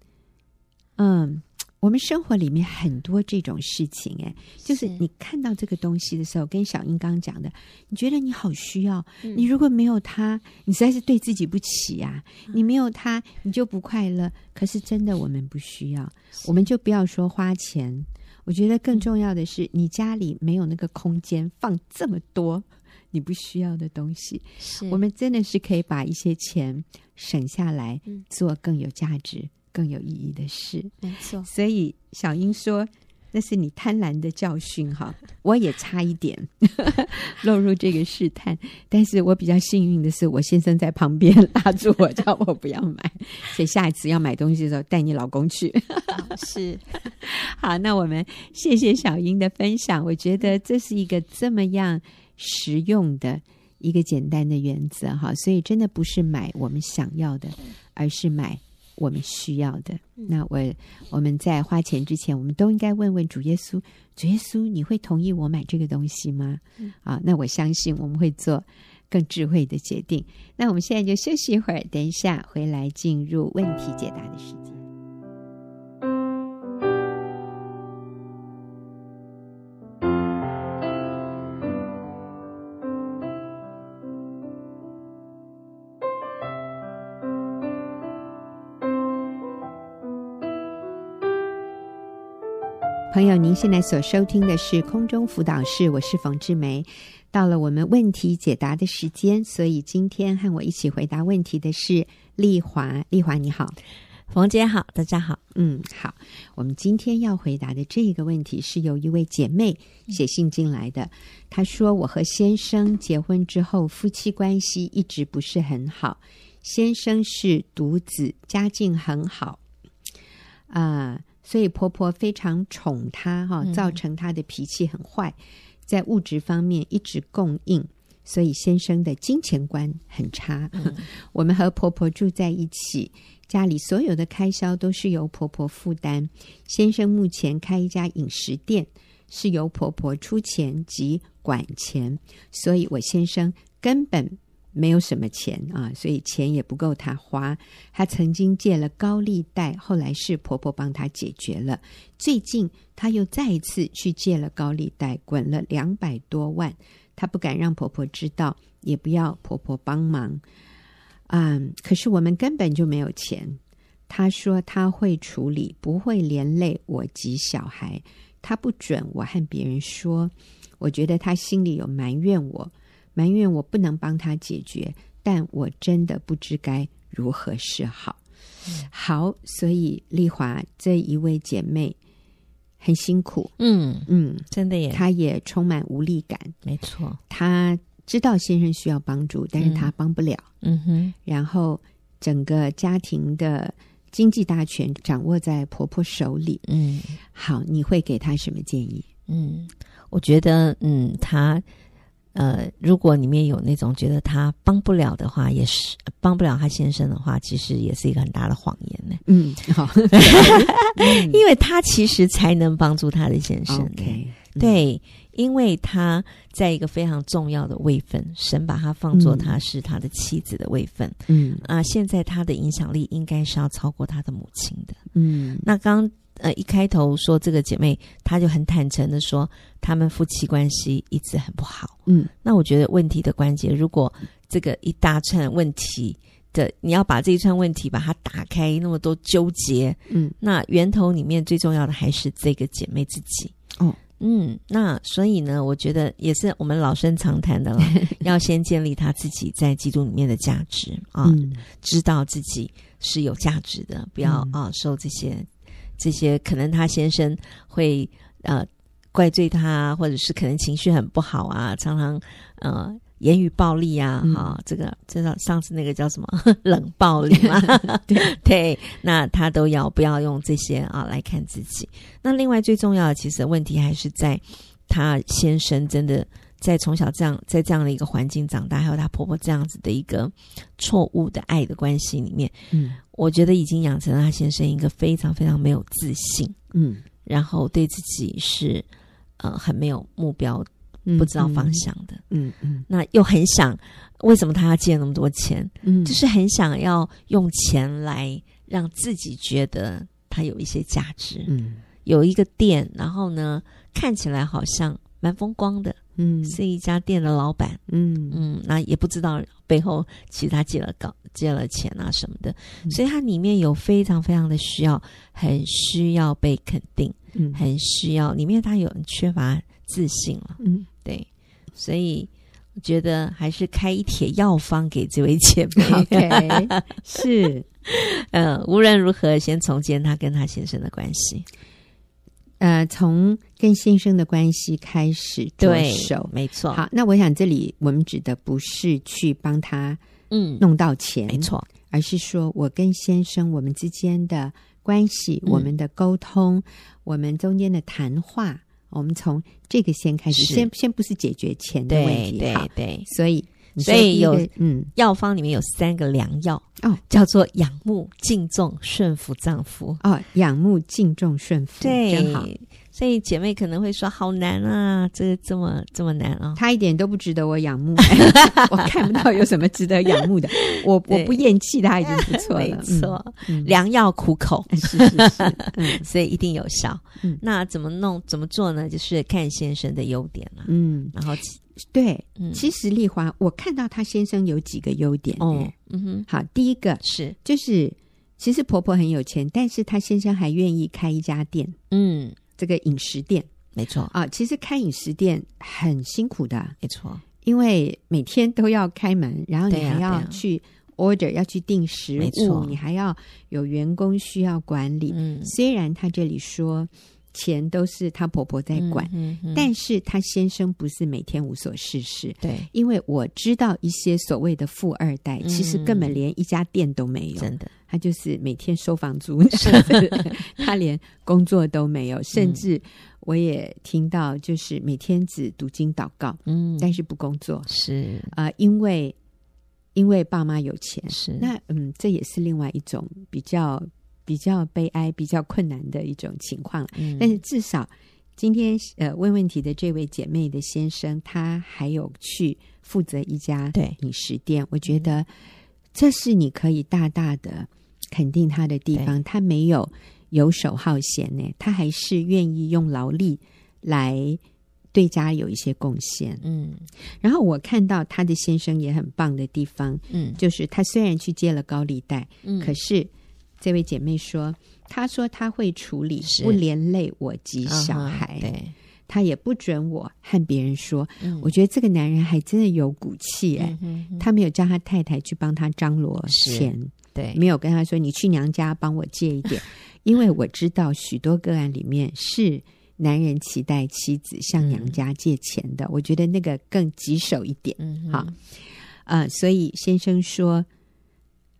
[SPEAKER 1] 嗯，我们生活里面很多这种事情，哎，就是你看到这个东西的时候，跟小英刚讲的，你觉得你好需要，
[SPEAKER 2] 嗯
[SPEAKER 1] 你如果没有它，你实在是对自己不起啊！你没有它，你就不快乐。可是真的，我们不需要，我们就不要说花钱。我觉得更重要的是，你家里没有那个空间放这么多你不需要的东西。
[SPEAKER 2] 是
[SPEAKER 1] 我们真的是可以把一些钱省下来
[SPEAKER 2] 嗯，
[SPEAKER 1] 做更有价值、更有意义的事。
[SPEAKER 2] 没 错，
[SPEAKER 1] 所以小英说。那是你贪婪的教训哈， 我也差一点 落入这个试探，但是我比较幸运的是，我先生在旁边拉住我，叫我不要买，所以下一次要买东西的时候带你老公去。
[SPEAKER 2] 好是
[SPEAKER 1] 好，那我们谢谢小英的分享，我觉得这是一个这么样实用的一个简单的原则哈，所以真的不是买我们想要的，而是买我们需要的。那我我们在花钱之前，我们都应该问问主耶稣，主耶稣，你会同意我买这个东西吗？啊，那我相信我们会做。更智慧的决定。那我们现在就休息一会儿，等一下回来进入问题解答的时间。朋友，您现在所收听的是空中辅导室，我是冯志梅。到了我们问题解答的时间，所以今天和我一起回答问题的是丽华。丽华，你好。
[SPEAKER 2] 冯姐好，大家好，
[SPEAKER 1] 嗯，好，我们今天要回答的这个问题是由一位姐妹写信进来的。她说：“我和先生结婚之后，夫妻关系一直不是很好。先生是独子，家境很好，啊、所以婆婆非常宠她，哈、
[SPEAKER 2] 嗯
[SPEAKER 1] 造成她的脾气很坏，在物质方面一直供应。”所以先生的金钱观很差。 我们和婆婆住在一起，家里所有的开销都是由婆婆负担。先生目前开一家饮食店，是由婆婆出钱及管钱，所以我先生根本没有什么钱啊，所以钱也不够她花。她曾经借了高利贷，后来是婆婆帮她解决了。最近她又再一次去借了高利贷，滚了两百多万。她不敢让婆婆知道，也不要婆婆帮忙。嗯，可是我们根本就没有钱。她说她会处理，不会连累我及小孩。她不准我和别人说。我觉得她心里有埋怨我，埋怨我不能帮她解决，但我真的不知该如何是好。好，所以丽华这一位姐妹很辛苦，
[SPEAKER 3] 嗯，
[SPEAKER 1] 嗯，
[SPEAKER 3] 真的耶，
[SPEAKER 1] 她也充满无力感。
[SPEAKER 3] 没错，
[SPEAKER 1] 她知道先生需要帮助，但是她帮不了。
[SPEAKER 3] 嗯哼，
[SPEAKER 1] 然后整个家庭的经济大权掌握在婆婆手里。
[SPEAKER 3] 嗯
[SPEAKER 1] 好，你会给她什么建议？
[SPEAKER 3] 嗯，
[SPEAKER 2] 我觉得，嗯，他呃，如果里面有那种觉得他帮不了的话，也是帮不了他先生的话，其实也是一个很大的谎言呢，
[SPEAKER 1] 嗯， 好
[SPEAKER 2] 因为他其实才能帮助他的先生。
[SPEAKER 1] 嗯，OK，嗯，
[SPEAKER 2] 对，因为他在一个非常重要的位分，神把他放作
[SPEAKER 1] 嗯
[SPEAKER 2] 他是他的妻子的位分
[SPEAKER 1] 嗯
[SPEAKER 2] 啊、现在他的影响力应该是要超过他的母亲的。
[SPEAKER 1] 嗯，
[SPEAKER 2] 那刚呃一开头说这个姐妹，她就很坦诚的说，她们夫妻关系一直很不好。
[SPEAKER 1] 嗯，
[SPEAKER 2] 那我觉得问题的关节，如果这个一大串问题的，你要把这一串问题把它打开，那么多纠结，
[SPEAKER 1] 嗯，
[SPEAKER 2] 那源头里面最重要的还是这个姐妹自己。
[SPEAKER 1] 哦。
[SPEAKER 2] 嗯，那所以呢，我觉得也是我们老生常谈的 了，要先建立她自己在基督里面的价值啊，
[SPEAKER 1] 嗯
[SPEAKER 2] 知道自己是有价值的，不要啊、
[SPEAKER 1] 嗯
[SPEAKER 2] 受这些这些可能他先生会呃怪罪他，或者是可能情绪很不好啊，常常呃言语暴力啊，
[SPEAKER 1] 嗯
[SPEAKER 2] 啊、这个这个上次那个叫什么冷暴力嘛，对 对，那他都要不要用这些啊、来看自己？那另外最重要的，其实问题还是在他先生真的。在从小这样在这样的一个环境长大，还有她婆婆这样子的一个错误的爱的关系里面，
[SPEAKER 1] 嗯
[SPEAKER 2] 我觉得已经养成了她先生一个非常非常没有自信，
[SPEAKER 1] 嗯
[SPEAKER 2] 然后对自己是呃很没有目标，
[SPEAKER 1] 嗯，
[SPEAKER 2] 不知道方向的。
[SPEAKER 1] 嗯，嗯
[SPEAKER 2] 那又很想，为什么他要借那么多钱？
[SPEAKER 1] 嗯嗯，
[SPEAKER 2] 就是很想要用钱来让自己觉得他有一些价值，
[SPEAKER 1] 嗯
[SPEAKER 2] 有一个店，然后呢看起来好像蛮风光的，
[SPEAKER 1] 嗯
[SPEAKER 2] 是一家店的老板。
[SPEAKER 1] 嗯
[SPEAKER 2] 嗯，那也不知道背后其实他借了高借了钱啊什么的，
[SPEAKER 1] 嗯
[SPEAKER 2] 所以它里面有非常非常的需要，很需要被肯定，
[SPEAKER 1] 嗯
[SPEAKER 2] 很需要里面他有很缺乏自信了，
[SPEAKER 1] 嗯，
[SPEAKER 2] 对，所以我觉得还是开一帖药方给这位姐妹，
[SPEAKER 1] OK，是。
[SPEAKER 2] 呃，无论如何先重建她跟她先生的关系，
[SPEAKER 1] 呃，从跟先生的关系开始着手。
[SPEAKER 2] 没错，
[SPEAKER 1] 好，那我想这里我们指的不是去帮他
[SPEAKER 2] 嗯，
[SPEAKER 1] 弄到钱，
[SPEAKER 2] 没，错，
[SPEAKER 1] 而是说我跟先生我们之间的关系、
[SPEAKER 2] 嗯
[SPEAKER 1] 我们的沟通、我们中间的谈话，我们从这个先开始，
[SPEAKER 2] 是
[SPEAKER 1] 先先不是解决钱的问
[SPEAKER 2] 对
[SPEAKER 1] 题，
[SPEAKER 2] 对
[SPEAKER 1] 好，
[SPEAKER 2] 对，
[SPEAKER 1] 所以你说
[SPEAKER 2] 所以
[SPEAKER 1] 第一个
[SPEAKER 2] 有
[SPEAKER 1] 嗯
[SPEAKER 2] 药方里面有三个良药
[SPEAKER 1] 哦，
[SPEAKER 2] 叫做仰慕、敬重、顺服丈夫。
[SPEAKER 1] 哦，仰慕、敬重、顺服，真好。
[SPEAKER 2] 所以姐妹可能会说好难啊，这这么这么难啊、
[SPEAKER 1] 他一点都不值得我仰慕， 我看不到有什么值得仰慕的。我我
[SPEAKER 2] 对
[SPEAKER 1] 不厌弃他已经不错了，
[SPEAKER 2] 没错，
[SPEAKER 1] 嗯，嗯
[SPEAKER 2] 良药苦口，
[SPEAKER 1] 是是是， 嗯
[SPEAKER 2] 所以一定有效。
[SPEAKER 1] 嗯
[SPEAKER 2] 那怎么弄？怎么做呢？就是看先生的优点啦、
[SPEAKER 1] 嗯，
[SPEAKER 2] 然后
[SPEAKER 1] 对。
[SPEAKER 2] 嗯，
[SPEAKER 1] 其实丽华，我看到她先生有几个优点、
[SPEAKER 2] 哦
[SPEAKER 1] 哎，
[SPEAKER 2] 嗯哼，
[SPEAKER 1] 好，第一个
[SPEAKER 2] 是，
[SPEAKER 1] 就是，其实婆婆很有钱，但是她先生还愿意开一家店，
[SPEAKER 2] 嗯，
[SPEAKER 1] 这个饮食店
[SPEAKER 2] 没错，
[SPEAKER 1] 啊。其实开饮食店很辛苦的，
[SPEAKER 2] 没错，
[SPEAKER 1] 因为每天都要开门，然后你
[SPEAKER 2] 对呀
[SPEAKER 1] 还
[SPEAKER 2] 对
[SPEAKER 1] 要
[SPEAKER 2] 呀
[SPEAKER 1] 去 order，、要去订食
[SPEAKER 2] 没
[SPEAKER 1] 物
[SPEAKER 2] 错，
[SPEAKER 1] 你还要有员工需要管理。
[SPEAKER 2] 嗯，
[SPEAKER 1] 虽然她这里说钱都是她婆婆在管，
[SPEAKER 2] 嗯，嗯嗯
[SPEAKER 1] 但是她先生不是每天无所事事。
[SPEAKER 2] 对，
[SPEAKER 1] 因为我知道一些所谓的富二代，
[SPEAKER 2] 嗯
[SPEAKER 1] 其实根本连一家店都没有，
[SPEAKER 2] 真的，
[SPEAKER 1] 他就是每天收房 租，他连工作都没有，甚
[SPEAKER 2] 嗯
[SPEAKER 1] 至我也听到就是每天只读经祷告，
[SPEAKER 2] 嗯，
[SPEAKER 1] 但是不工作。
[SPEAKER 2] 是
[SPEAKER 1] 啊，因为因为爸妈有钱，
[SPEAKER 2] 是，
[SPEAKER 1] 那嗯，这也是另外一种比较比较悲哀、比较困难的一种情况了。
[SPEAKER 2] 嗯
[SPEAKER 1] 但是至少今天呃问问题的这位姐妹的先生，他还有去负责一家
[SPEAKER 2] 对
[SPEAKER 1] 饮食店，我
[SPEAKER 2] 嗯
[SPEAKER 1] 觉得这是你可以大大的肯定他的地方，他没有游手好闲呢，他还是愿意用劳力来对家有一些贡献。
[SPEAKER 2] 嗯
[SPEAKER 1] 然后我看到他的先生也很棒的地方，
[SPEAKER 2] 嗯
[SPEAKER 1] 就是他虽然去借了高利贷，
[SPEAKER 2] 嗯
[SPEAKER 1] 可是这位姐妹说，她说她会处理，
[SPEAKER 2] 是
[SPEAKER 1] 不连累我及
[SPEAKER 2] 啊
[SPEAKER 1] 小
[SPEAKER 2] 哈
[SPEAKER 1] 孩，
[SPEAKER 2] 对，
[SPEAKER 1] 她也不准我和别人说。
[SPEAKER 2] 嗯
[SPEAKER 1] 我觉得这个男人还真的有骨气哎、
[SPEAKER 2] 嗯哼哼
[SPEAKER 1] 他没有叫他太太去帮他张罗
[SPEAKER 2] 是
[SPEAKER 1] 钱，
[SPEAKER 2] 对，
[SPEAKER 1] 没有跟他说你去娘家帮我借一 点，因为我知道许多个案里面是男人期待妻子向娘家借钱的，我觉得那个更棘手一点。
[SPEAKER 2] 嗯哼
[SPEAKER 1] 好，呃，所以先生说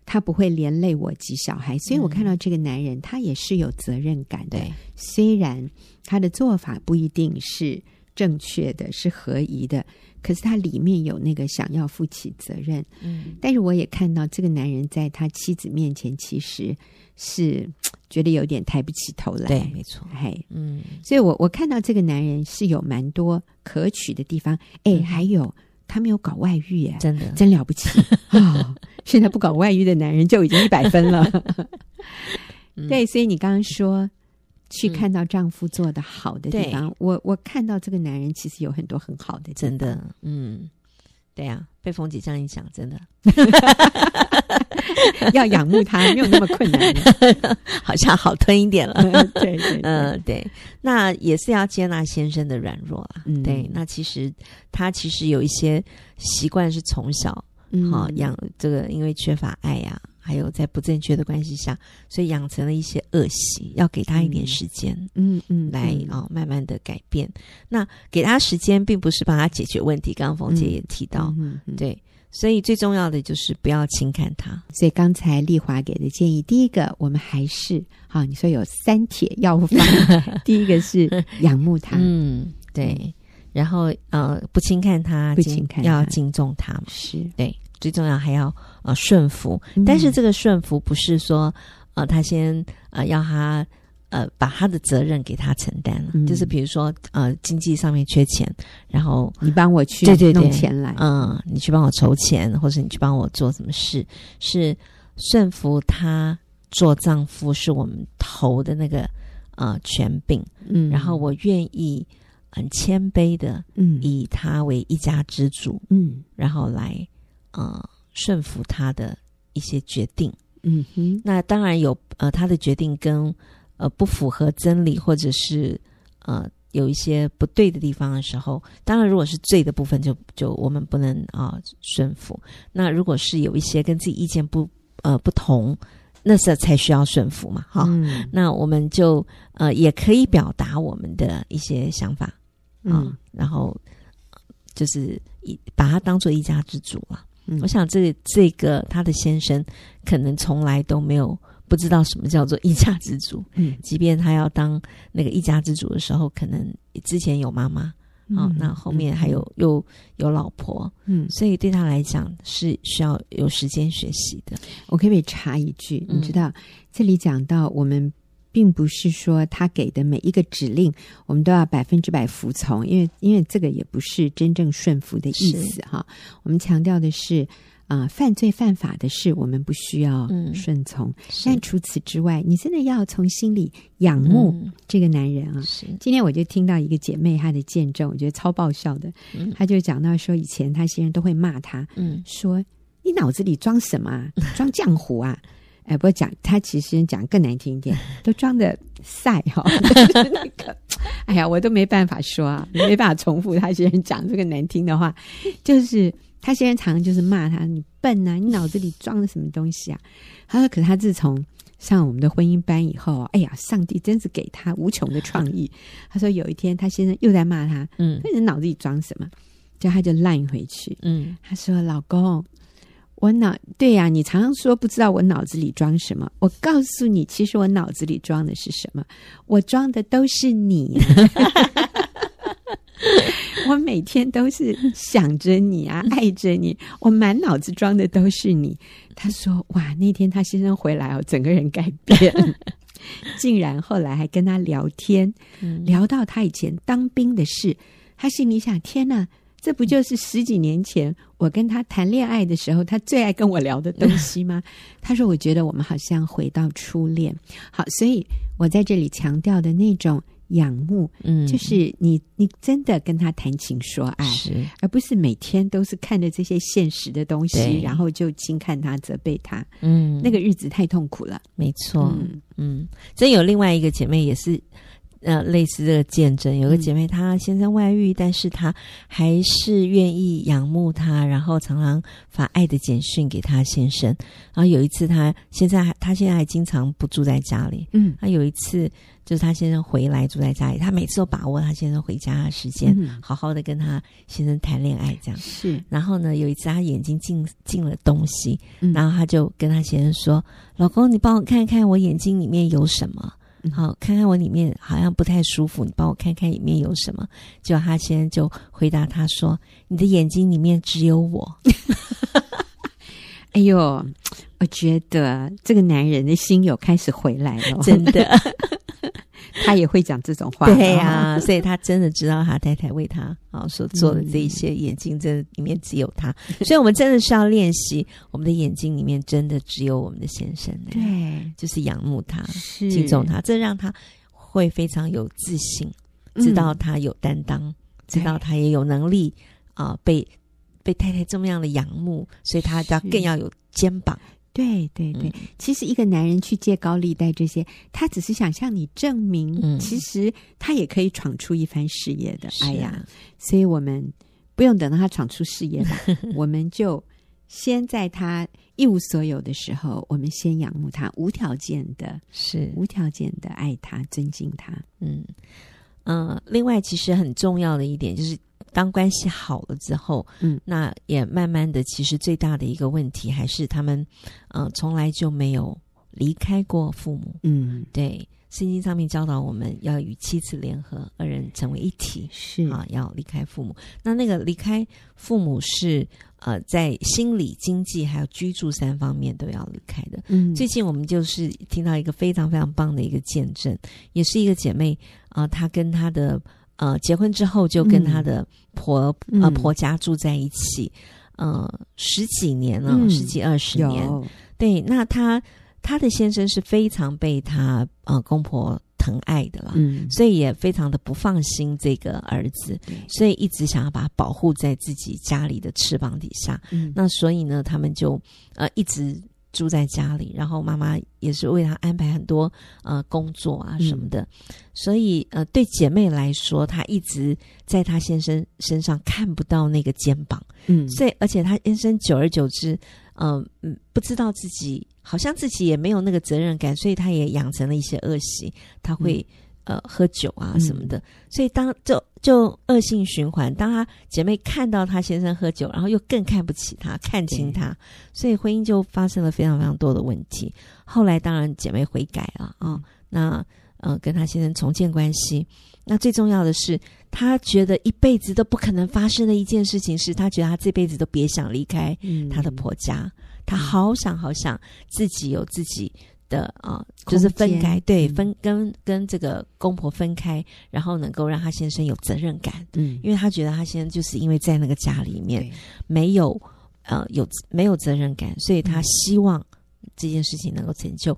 [SPEAKER 1] 他不会连累我及小孩，所以我看到这个男人、他也是有责任感的，
[SPEAKER 2] 嗯对，
[SPEAKER 1] 虽然他的做法不一定是正确的，是合宜的，可是他里面有那个想要负起责任。
[SPEAKER 2] 嗯
[SPEAKER 1] 但是我也看到这个男人在他妻子面前其实是觉得有点抬不起头来，
[SPEAKER 2] 对，没错，
[SPEAKER 1] 哎，
[SPEAKER 2] 嗯
[SPEAKER 1] 所以我我看到这个男人是有蛮多可取的地方，哎，
[SPEAKER 2] 嗯
[SPEAKER 1] 还有他没有搞外遇耶，
[SPEAKER 2] 真的
[SPEAKER 1] 真了不 起啊！现在不搞外遇的男人就已经一百分了。
[SPEAKER 2] 嗯
[SPEAKER 1] 对，所以你刚刚说去
[SPEAKER 2] 嗯
[SPEAKER 1] 看到丈夫做的好的地
[SPEAKER 2] 对
[SPEAKER 1] 方，我我看到这个男人其实有很多很好的地方，
[SPEAKER 2] 真的， 嗯，对啊，被冯姐这样一讲，真的
[SPEAKER 1] 要仰慕他没有那么困难 的。
[SPEAKER 2] 好像好吞一点了。
[SPEAKER 1] 对对，
[SPEAKER 2] 嗯、
[SPEAKER 1] 对
[SPEAKER 2] 对，那也是要接纳先生的软弱啦。
[SPEAKER 1] 嗯
[SPEAKER 2] 对，那其实他其实有一些习惯是从小
[SPEAKER 1] 嗯
[SPEAKER 2] 哈、养这个，因为缺乏爱呀、还有在不正确的关系下，所以养成了一些恶习，要给他一点
[SPEAKER 1] 嗯
[SPEAKER 2] 时间。
[SPEAKER 1] 嗯嗯
[SPEAKER 2] 来
[SPEAKER 1] 嗯
[SPEAKER 2] 啊、哦，慢慢的改变。那给他时间，并不是帮他解决问题。刚刚冯姐
[SPEAKER 1] 嗯
[SPEAKER 2] 也提到，
[SPEAKER 1] 嗯嗯
[SPEAKER 2] 对，所以最重要的就是不要轻看他。
[SPEAKER 1] 所以刚才丽华给的建议，第一个我们还是好，你说有三铁要方，第一个是仰慕他，
[SPEAKER 2] 嗯，对。然后呃，不轻看他，
[SPEAKER 1] 不
[SPEAKER 2] 敬
[SPEAKER 1] 轻看
[SPEAKER 2] 要
[SPEAKER 1] 他
[SPEAKER 2] 敬重他嘛。
[SPEAKER 1] 是，
[SPEAKER 2] 对，最重要还要呃顺服。但
[SPEAKER 1] 嗯
[SPEAKER 2] 是这个顺服不是说呃，他先呃要他。呃，把他的责任给他承担了，
[SPEAKER 1] 嗯
[SPEAKER 2] 就是比如说，呃，经济上面缺钱，然后
[SPEAKER 1] 你帮我去
[SPEAKER 2] 对对对
[SPEAKER 1] 弄钱来，
[SPEAKER 2] 嗯，你去帮我筹钱，或者你去帮我做什么事，是顺服他做丈夫是我们头的那个呃权柄，
[SPEAKER 1] 嗯
[SPEAKER 2] 然后我愿意很谦卑的
[SPEAKER 1] 嗯
[SPEAKER 2] 以他为一家之主，
[SPEAKER 1] 嗯
[SPEAKER 2] 然后来呃顺服他的一些决定。
[SPEAKER 1] 嗯哼
[SPEAKER 2] 那当然有呃他的决定跟呃不符合真理或者是呃有一些不对的地方的时候，当然如果是罪的部分就，就我们不能啊、顺服。那如果是有一些跟自己意见不呃不同，那时候才需要顺服嘛，哈。
[SPEAKER 1] 嗯
[SPEAKER 2] 那我们就呃也可以表达我们的一些想法啊、
[SPEAKER 1] 嗯
[SPEAKER 2] 然后呃就是一把它当做一家之主了、
[SPEAKER 1] 嗯
[SPEAKER 2] 我想这这个他的先生可能从来都没有不知道什么叫做一家之主，
[SPEAKER 1] 嗯
[SPEAKER 2] 即便他要当那个一家之主的时候，可能之前有妈妈，哦，那后面还有、又有老婆，
[SPEAKER 1] 嗯，
[SPEAKER 2] 所以对他来讲是需要有时间学习的。
[SPEAKER 1] 我可不可以插一句？
[SPEAKER 2] 嗯
[SPEAKER 1] 你知道这里讲到我们。并不是说他给的每一个指令，我们都要百分之百服从，因为因为这个也不是真正顺服的意思哈。我们强调的是，啊、犯罪犯法的事，我们不需要
[SPEAKER 2] 嗯
[SPEAKER 1] 顺从。
[SPEAKER 2] 是
[SPEAKER 1] 但除此之外，你真的要从心里仰慕
[SPEAKER 2] 嗯
[SPEAKER 1] 这个男人啊。
[SPEAKER 2] 是
[SPEAKER 1] 今天我就听到一个姐妹她的见证，我觉得超爆笑的。
[SPEAKER 2] 嗯
[SPEAKER 1] 她就讲到说，以前她先生都会骂她，
[SPEAKER 2] 嗯
[SPEAKER 1] 说：“你脑子里装什么、啊？装浆糊啊？”哎，不过讲他其实讲更难听一点，都装的晒哈、哦， 就是那个，哎呀，我都没办法说啊，没办法重复他先生讲这个难听的话，就是他先生常常就是骂他，你笨啊，你脑子里装了什么东西啊？他说，可是他自从上我们的婚姻班以后，哎呀，上帝真是给他无穷的创意。他说有一天他先生又在骂他，
[SPEAKER 2] 嗯
[SPEAKER 1] 那你脑子里装什么？就他就烂回去，
[SPEAKER 2] 嗯
[SPEAKER 1] 她说：“老公，我脑对呀、你常常说不知道我脑子里装什么。我告诉你，其实我脑子里装的是什么？我装的都是你、 啊。我每天都是想着你啊，爱着你，我满脑子装的都是你。”她说：“哇，那天她先生回来哦，整个人改变。”竟然后来还跟他聊天，
[SPEAKER 2] 嗯
[SPEAKER 1] 聊到他以前当兵的事，他心里想：天哪，这不就是十几年前我跟他谈恋爱的时候，他最爱跟我聊的东西 吗？他说：我觉得我们好像回到初恋。好，所以我在这里强调的那种仰慕，
[SPEAKER 2] 嗯哎
[SPEAKER 1] 就是你你真的跟他谈情说爱，
[SPEAKER 2] 是
[SPEAKER 1] 而不是每天都是看着这些现实的东西，
[SPEAKER 2] 对
[SPEAKER 1] 然后就轻看他、责备他，
[SPEAKER 2] 嗯，
[SPEAKER 1] 那个日子太痛苦了。
[SPEAKER 2] 没错，
[SPEAKER 1] 嗯
[SPEAKER 2] 嗯，真有另外一个姐妹也是，呃，类似这个见证，有个
[SPEAKER 1] 嗯
[SPEAKER 2] 姐妹她先生外遇，但是她还是愿意仰慕他，然后常常发爱的简讯给她先生。然后有一次她，现在还她现在还经常不住在家里。
[SPEAKER 1] 嗯，
[SPEAKER 2] 她有一次就是她先生回来住在家里，她每次都把握她先生回家的时间，
[SPEAKER 1] 嗯
[SPEAKER 2] 好好的跟她先生谈恋爱这样。
[SPEAKER 1] 是，
[SPEAKER 2] 然后呢，有一次她眼睛进进了东西，
[SPEAKER 1] 嗯
[SPEAKER 2] 然后她就跟她先生说：“老公，你帮我看看我眼睛里面有什么
[SPEAKER 1] 嗯？
[SPEAKER 2] 好，看看我里面好像不太舒服，你帮我看看里面有什么。”结果她先生就回答她说：“你的眼睛里面只 有我。
[SPEAKER 1] 哎呦，我觉得这个男人的心有开始回来了”，
[SPEAKER 2] 真 的，
[SPEAKER 1] 他也会讲这种话。
[SPEAKER 2] 对呀、
[SPEAKER 1] 哦，
[SPEAKER 2] 所以他真的知道他太太为他
[SPEAKER 1] 嗯
[SPEAKER 2] 啊所做的这一些，眼睛真的里面只有 他。所以我们真的是要练习，我们的眼睛里面真的只有我们的先生，，
[SPEAKER 1] 对，
[SPEAKER 2] 就是仰慕他。
[SPEAKER 1] 是
[SPEAKER 2] 敬重他，这让他会非常有自信，
[SPEAKER 1] 嗯
[SPEAKER 2] 知道他有担当，知道他也有能力啊、被被太太这么样的仰慕，所以他要
[SPEAKER 1] 是
[SPEAKER 2] 更要有肩膀。
[SPEAKER 1] 对对对
[SPEAKER 2] 嗯，
[SPEAKER 1] 其实一个男人去借高利贷这些，他只是想向你证明，
[SPEAKER 2] 嗯
[SPEAKER 1] 其实他也可以闯出一番事业的。哎
[SPEAKER 2] 是
[SPEAKER 1] 呀，
[SPEAKER 2] 啊，
[SPEAKER 1] 所以我们不用等到他闯出事 业吧，我们就先在他一无所有的时候，我们先仰慕他，无条件的、
[SPEAKER 2] 是
[SPEAKER 1] 无条件的爱他、尊敬他。
[SPEAKER 2] 嗯嗯、呃另外，其实很重要的一点就是，当关系好了之后，
[SPEAKER 1] 嗯，
[SPEAKER 2] 那也慢慢的，其实最大的一个问题还是他们，嗯、从来就没有离开过父母。
[SPEAKER 1] 嗯，
[SPEAKER 2] 对，圣经上面教导我们要与妻子联合，二人成为一体。
[SPEAKER 1] 是
[SPEAKER 2] 啊，要离开父母。那那个离开父母是呃，在心理、经济还有居住三方面都要离开的。
[SPEAKER 1] 嗯，
[SPEAKER 2] 最近我们就是听到一个非常非常棒的一个见证，也是一个姐妹啊、呃她跟她的呃结婚之后就跟她的婆、呃
[SPEAKER 1] 嗯
[SPEAKER 2] 婆家住在一起，呃十几年了，
[SPEAKER 1] 嗯
[SPEAKER 2] 十几二十年。
[SPEAKER 1] 有
[SPEAKER 2] 对，那她她的先生是非常被她呃公婆疼爱的啦，
[SPEAKER 1] 嗯，
[SPEAKER 2] 啊所以也非常的不放心这个儿子，所以一直想要把他保护在自己家里的翅膀底下。
[SPEAKER 1] 嗯
[SPEAKER 2] 那所以呢，他们就呃一直住在家里，然后妈妈也是为他安排很多呃工作啊什么的。所以呃，对姐妹来说，她一直在她先生身上看不到那个肩膀，
[SPEAKER 1] 嗯，
[SPEAKER 2] 所以而且她先生久而久之，嗯、嗯，不知道自己好像自己也没有那个责任感，所以她也养成了一些恶习，她会。呃，喝酒啊
[SPEAKER 1] 嗯
[SPEAKER 2] 什么的，所以当就就恶性循环。当她姐妹看到她先生喝酒，然后又更看不起他，看轻
[SPEAKER 1] 对
[SPEAKER 2] 他，所以婚姻就发生了非常非常多的问题。后来当然姐妹悔改了啊、
[SPEAKER 1] 嗯
[SPEAKER 2] 那呃跟她先生重建关系。那最重要的是，她觉得一辈子都不可能发生的一件事情是，她觉得她这辈子都别想离开
[SPEAKER 1] 以
[SPEAKER 2] 她的婆
[SPEAKER 1] 嗯
[SPEAKER 2] 家，她好想好想自己有自己的啊、呃就是
[SPEAKER 1] 空
[SPEAKER 2] 分
[SPEAKER 1] 间
[SPEAKER 2] 开，对，
[SPEAKER 1] 嗯
[SPEAKER 2] 分跟跟这个公婆分开，然后能够让她先生有责任感，
[SPEAKER 1] 嗯，
[SPEAKER 2] 因为她觉得她先生就是因为在那个家里面
[SPEAKER 1] 对
[SPEAKER 2] 没有呃有没有责任感，所以她
[SPEAKER 1] 嗯
[SPEAKER 2] 希望这件事情能够成就。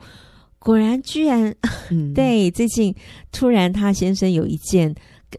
[SPEAKER 2] 果然，居然
[SPEAKER 1] 嗯，
[SPEAKER 2] 对，最近突然她先生有一件，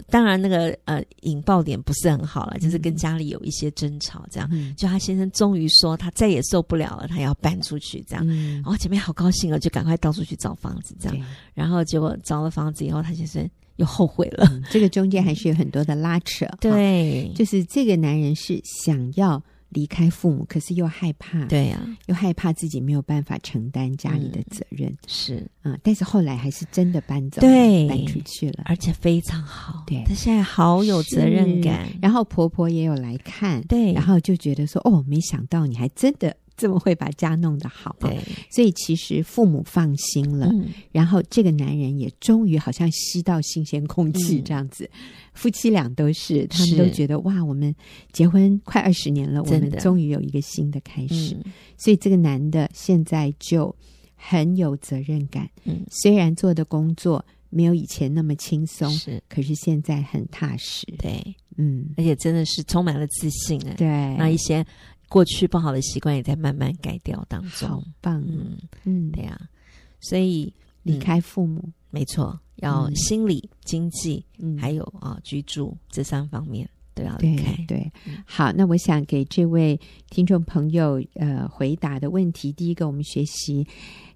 [SPEAKER 2] 当然那个呃引爆点不是很好了，就是跟
[SPEAKER 1] 嗯
[SPEAKER 2] 家里有一些争吵这样。
[SPEAKER 1] 嗯，
[SPEAKER 2] 就她先生终于说他再也受不了了，他要搬出去这样。
[SPEAKER 1] 嗯，
[SPEAKER 2] 然后姐妹好高兴哦，就赶快到处去找房子这样。
[SPEAKER 1] 对
[SPEAKER 2] 然后结果找了房子以后，她先生又后悔了。
[SPEAKER 1] 嗯这个中间还是有很多的拉扯，哈，
[SPEAKER 2] 嗯 对，
[SPEAKER 1] 嗯就是这个男人是想要离开父母，可是又害怕，，
[SPEAKER 2] 对啊呀，
[SPEAKER 1] 又害怕自己没有办法承担家里的责任
[SPEAKER 2] 是，
[SPEAKER 1] 啊、但是后来还是真的搬走了，
[SPEAKER 2] 嗯对
[SPEAKER 1] 搬出去了，
[SPEAKER 2] 而且非常好。
[SPEAKER 1] 对
[SPEAKER 2] 她现在好有责任
[SPEAKER 1] 是
[SPEAKER 2] 感。
[SPEAKER 1] 然后婆婆也有来看，
[SPEAKER 2] 对，
[SPEAKER 1] 然后就觉得说，哦，没想到你还真的这么会把家弄得好，
[SPEAKER 2] 对，
[SPEAKER 1] 所以其实父母放心了，
[SPEAKER 2] 嗯，
[SPEAKER 1] 然后这个男人也终于好像吸到新鲜空气
[SPEAKER 2] 嗯
[SPEAKER 1] 这样子，夫妻俩都是，他们
[SPEAKER 2] 是
[SPEAKER 1] 都觉得哇，我们结婚快二十年了，我
[SPEAKER 2] 真的
[SPEAKER 1] 们终于有一个新的开始，
[SPEAKER 2] 嗯
[SPEAKER 1] 所以这个男的现在就很有责任感。
[SPEAKER 2] 嗯，
[SPEAKER 1] 虽然做的工作没有以前那么轻松，
[SPEAKER 2] 是，
[SPEAKER 1] 可是现在很踏实。
[SPEAKER 2] 对，
[SPEAKER 1] 嗯，
[SPEAKER 2] 而且真的是充满了自信哎。
[SPEAKER 1] 对，
[SPEAKER 2] 那一些过去不好的习惯也在慢慢改掉当
[SPEAKER 1] 好
[SPEAKER 2] 中。
[SPEAKER 1] 棒。
[SPEAKER 2] 嗯，
[SPEAKER 1] 嗯，
[SPEAKER 2] 对呀、所以
[SPEAKER 1] 离
[SPEAKER 2] 嗯
[SPEAKER 1] 开父母，
[SPEAKER 2] 没错，要
[SPEAKER 1] 嗯
[SPEAKER 2] 心理、经济
[SPEAKER 1] 嗯，
[SPEAKER 2] 还有啊居住这三方面都要
[SPEAKER 1] 对
[SPEAKER 2] 离开。
[SPEAKER 1] 对
[SPEAKER 2] 嗯，
[SPEAKER 1] 好，那我想给这位听众朋友呃回答的问题，第一个我们学习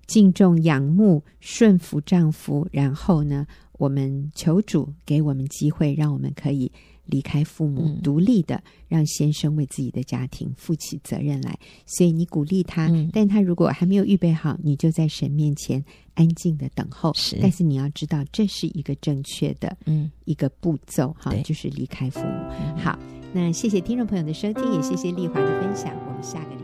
[SPEAKER 1] 敬重、仰慕、顺服丈夫，然后呢，我们求主给我们机会，让我们可以离开父母，
[SPEAKER 2] 嗯
[SPEAKER 1] 独立的让先生为自己的家庭负起责任来。所以你鼓励他，
[SPEAKER 2] 嗯
[SPEAKER 1] 但他如果还没有预备好，你就在神面前安静的等候。
[SPEAKER 2] 是
[SPEAKER 1] 但是你要知道，这是一个正确的
[SPEAKER 2] 嗯，
[SPEAKER 1] 一个步骤哈
[SPEAKER 2] 对，
[SPEAKER 1] 就是离开父母。
[SPEAKER 2] 嗯
[SPEAKER 1] 好，那谢谢听众朋友的收听，也谢谢丽华的分享，我们下个礼拜。